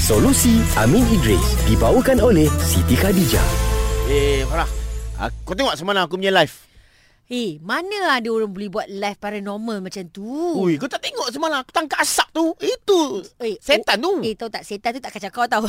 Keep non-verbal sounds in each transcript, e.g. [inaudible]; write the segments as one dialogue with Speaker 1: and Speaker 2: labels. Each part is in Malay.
Speaker 1: Solusi Amin Idris dibawakan oleh Siti Khadijah.
Speaker 2: Eh, Farah. ah, Kau tengok semalam aku punya live.
Speaker 3: Eh, mana ada orang boleh buat live paranormal macam tu?
Speaker 2: Ui, kau tak tengok semalam. Aku tangkap asap tu. Itu.
Speaker 3: Eh,
Speaker 2: setan tu.
Speaker 3: Eh, tahu tak? Setan tu tak kacau kau tau.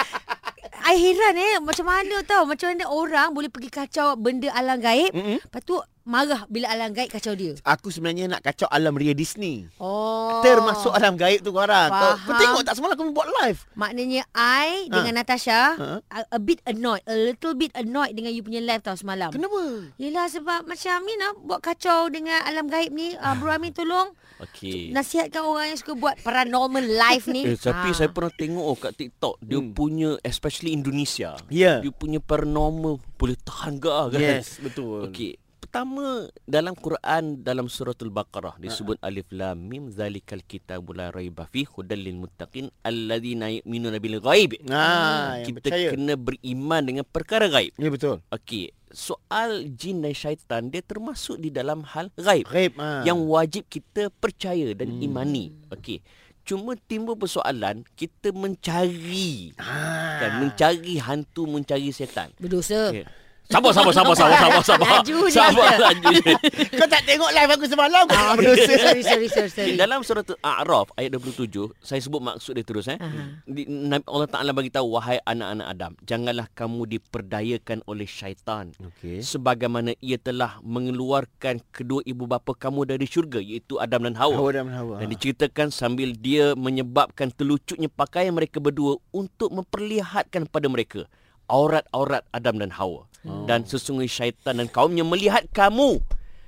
Speaker 3: [laughs] I heran eh. Macam mana tau. Macam mana orang boleh pergi kacau benda alam gaib.
Speaker 2: Mm-mm.
Speaker 3: Lepas tu marah bila alam gaib kacau dia.
Speaker 2: Aku sebenarnya nak kacau alam ria Disney.
Speaker 3: Oh.
Speaker 2: Termasuk alam gaib tu korang. Kau, kau
Speaker 3: Faham.
Speaker 2: tengok tak semalam aku buat live.
Speaker 3: Maknanya I
Speaker 2: Ha.
Speaker 3: dengan Natasha
Speaker 2: Ha.
Speaker 3: a, a bit annoyed. A little bit annoyed dengan you punya live tau semalam.
Speaker 2: Kenapa?
Speaker 3: Yelah sebab macam ni nak buat kacau dengan alam gaib ni. Uh, Bro Amin tolong
Speaker 4: Okey.
Speaker 3: nasihatkan orang yang suka buat paranormal live ni.
Speaker 4: Eh,
Speaker 3: Ah.
Speaker 4: tapi saya pernah tengok oh, kat TikTok dia
Speaker 2: Hmm.
Speaker 4: punya especially Indonesia.
Speaker 2: Ya.
Speaker 4: Dia punya paranormal boleh tahan ke ah, kan?
Speaker 2: Yes, betul.
Speaker 4: [laughs] Okey. Pertama dalam Quran dalam suratul Baqarah
Speaker 2: Ha,
Speaker 4: disebut alif lam mim zalikal kitabul la raiba fi hudal lil muttaqin alladzina yu'minuna bil ghaib.
Speaker 2: Ah, yang
Speaker 4: Hmm, Kita
Speaker 2: percaya.
Speaker 4: kena beriman dengan perkara gaib.
Speaker 2: Ya, betul.
Speaker 4: Okey, soal jin dan syaitan dia termasuk di dalam hal gaib
Speaker 2: Gaib. Ah.
Speaker 4: yang wajib kita percaya dan hmm. imani. Okey. Cuma timbul persoalan kita mencari
Speaker 2: Ah.
Speaker 4: kan mencari hantu, mencari setan.
Speaker 3: Berdosa.
Speaker 4: Okey. Sabar sabar sabar sabar sabar sabar.
Speaker 3: Laju je.
Speaker 4: sabar laju. je.
Speaker 2: [laughs] Kau tak tengok live aku semalam. Kau
Speaker 3: Ah,
Speaker 2: tengok [laughs]
Speaker 3: okay.
Speaker 2: berdosa.
Speaker 3: [laughs] sorry, sorry, sorry, sorry.
Speaker 4: Dalam surah Al-A'raf ayat 27, saya sebut maksud dia terus eh.
Speaker 3: Aha.
Speaker 4: Di- Nabi Allah Taala bagi tahu wahai anak-anak Adam, janganlah kamu diperdayakan oleh syaitan.
Speaker 2: Okey.
Speaker 4: Sebagaimana ia telah mengeluarkan kedua ibu bapa kamu dari syurga iaitu Adam dan Hawa.
Speaker 2: Hawa dan hawa.
Speaker 4: Dan diceritakan sambil dia menyebabkan telucutnya pakaian mereka berdua untuk memperlihatkan pada mereka aurat-aurat Adam dan Hawa. Dan sesungguhnya syaitan dan kaumnya melihat kamu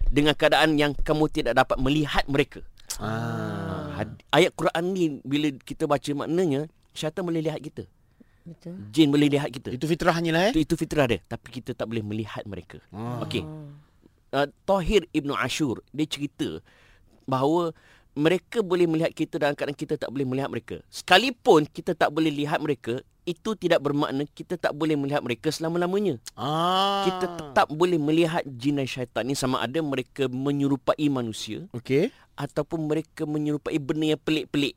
Speaker 4: dengan keadaan yang kamu tidak dapat melihat mereka.
Speaker 2: Ah.
Speaker 4: Ah. Ayat Quran ni bila kita baca maknanya syaitan boleh lihat kita.
Speaker 3: Betul.
Speaker 4: Jin boleh lihat kita.
Speaker 2: Itu fitrahnya lah eh.
Speaker 4: Itu itu fitrah dia tapi kita tak boleh melihat mereka.
Speaker 2: Ah.
Speaker 4: Okey. Uh, Tahir Ibnu Ashur dia cerita bahawa mereka boleh melihat kita dalam keadaan kita tak boleh melihat mereka. Sekalipun kita tak boleh lihat mereka, itu tidak bermakna kita tak boleh melihat mereka selama-lamanya.
Speaker 2: Ah.
Speaker 4: Kita tetap boleh melihat jin dan syaitan ni sama ada mereka menyerupai manusia
Speaker 2: Okey.
Speaker 4: ataupun mereka menyerupai benda yang pelik-pelik.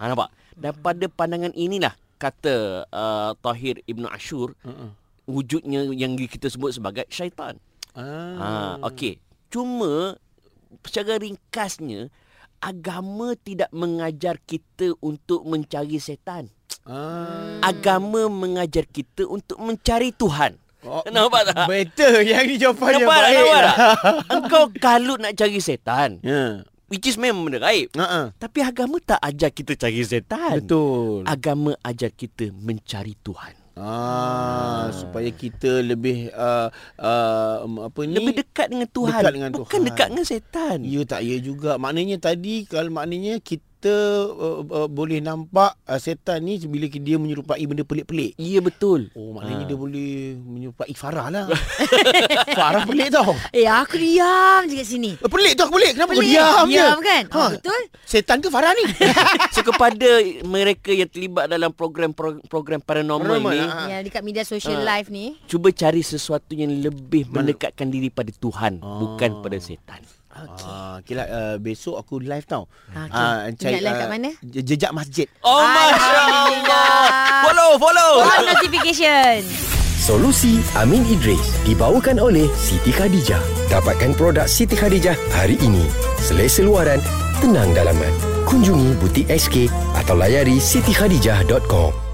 Speaker 4: Ha, nampak? Dan pada pandangan inilah kata uh, Tahir Ibn Ashur
Speaker 2: Uh-uh.
Speaker 4: wujudnya yang kita sebut sebagai syaitan.
Speaker 2: Ah.
Speaker 4: Ha, okey. Cuma secara ringkasnya agama tidak mengajar kita untuk mencari setan.
Speaker 2: Ah.
Speaker 4: Agama mengajar kita untuk mencari Tuhan.
Speaker 2: Oh,
Speaker 4: Nampak tak?
Speaker 2: Better [laughs] yang ni jawapan yang
Speaker 4: Nampak tak?
Speaker 2: baik.
Speaker 4: Nampak
Speaker 2: lah.
Speaker 4: tak? Engkau kalut nak cari setan.
Speaker 2: Ya.
Speaker 4: Which is memang benda gaib.
Speaker 2: Ha
Speaker 4: Tapi agama tak ajar kita cari setan.
Speaker 2: Betul.
Speaker 4: Agama ajar kita mencari Tuhan.
Speaker 2: Ah, supaya kita lebih uh, uh, um, apa ni?
Speaker 4: Lebih dekat dengan Tuhan.
Speaker 2: Dekat dengan
Speaker 4: Bukan
Speaker 2: Tuhan.
Speaker 4: dekat dengan setan.
Speaker 2: Ya tak ya juga. Maknanya tadi kalau maknanya kita uh, uh, boleh nampak uh, setan ni bila dia menyerupai benda pelik-pelik.
Speaker 4: Ya betul.
Speaker 2: Oh, maknanya
Speaker 4: Ah.
Speaker 2: dia boleh menyerupai Farah lah. [laughs] Farah pelik tau.
Speaker 3: Eh, aku diam je kat sini.
Speaker 2: Eh, Pelik tu aku pelik. Kenapa pelik. kau
Speaker 3: Pelik.
Speaker 2: diam,
Speaker 3: Diam
Speaker 2: je?
Speaker 3: kan?
Speaker 2: Ha.
Speaker 3: Ah, betul.
Speaker 2: Setan ke Farah ni? [laughs]
Speaker 4: So kepada mereka yang terlibat dalam program pro- program paranormal
Speaker 2: Paranormal,
Speaker 4: ni,
Speaker 2: ah.
Speaker 3: Yang dekat media social live ni.
Speaker 4: cuba cari sesuatu yang lebih mendekatkan diri pada Tuhan,
Speaker 2: Ah.
Speaker 4: bukan pada setan.
Speaker 2: Okay. Ah, okay lah, uh, besok aku live tau.
Speaker 3: Okey.
Speaker 2: Ah,
Speaker 3: Ingat live kat mana?
Speaker 2: Je- Jejak masjid.
Speaker 4: Oh
Speaker 3: Masya Allah.
Speaker 4: Follow, follow.
Speaker 3: On notification.
Speaker 1: Solusi Amin Idris dibawakan oleh Siti Khadijah. Dapatkan produk Siti Khadijah hari ini. Selesa luaran, tenang dalaman. Kunjungi butik SK atau layari sitikhadijah.com.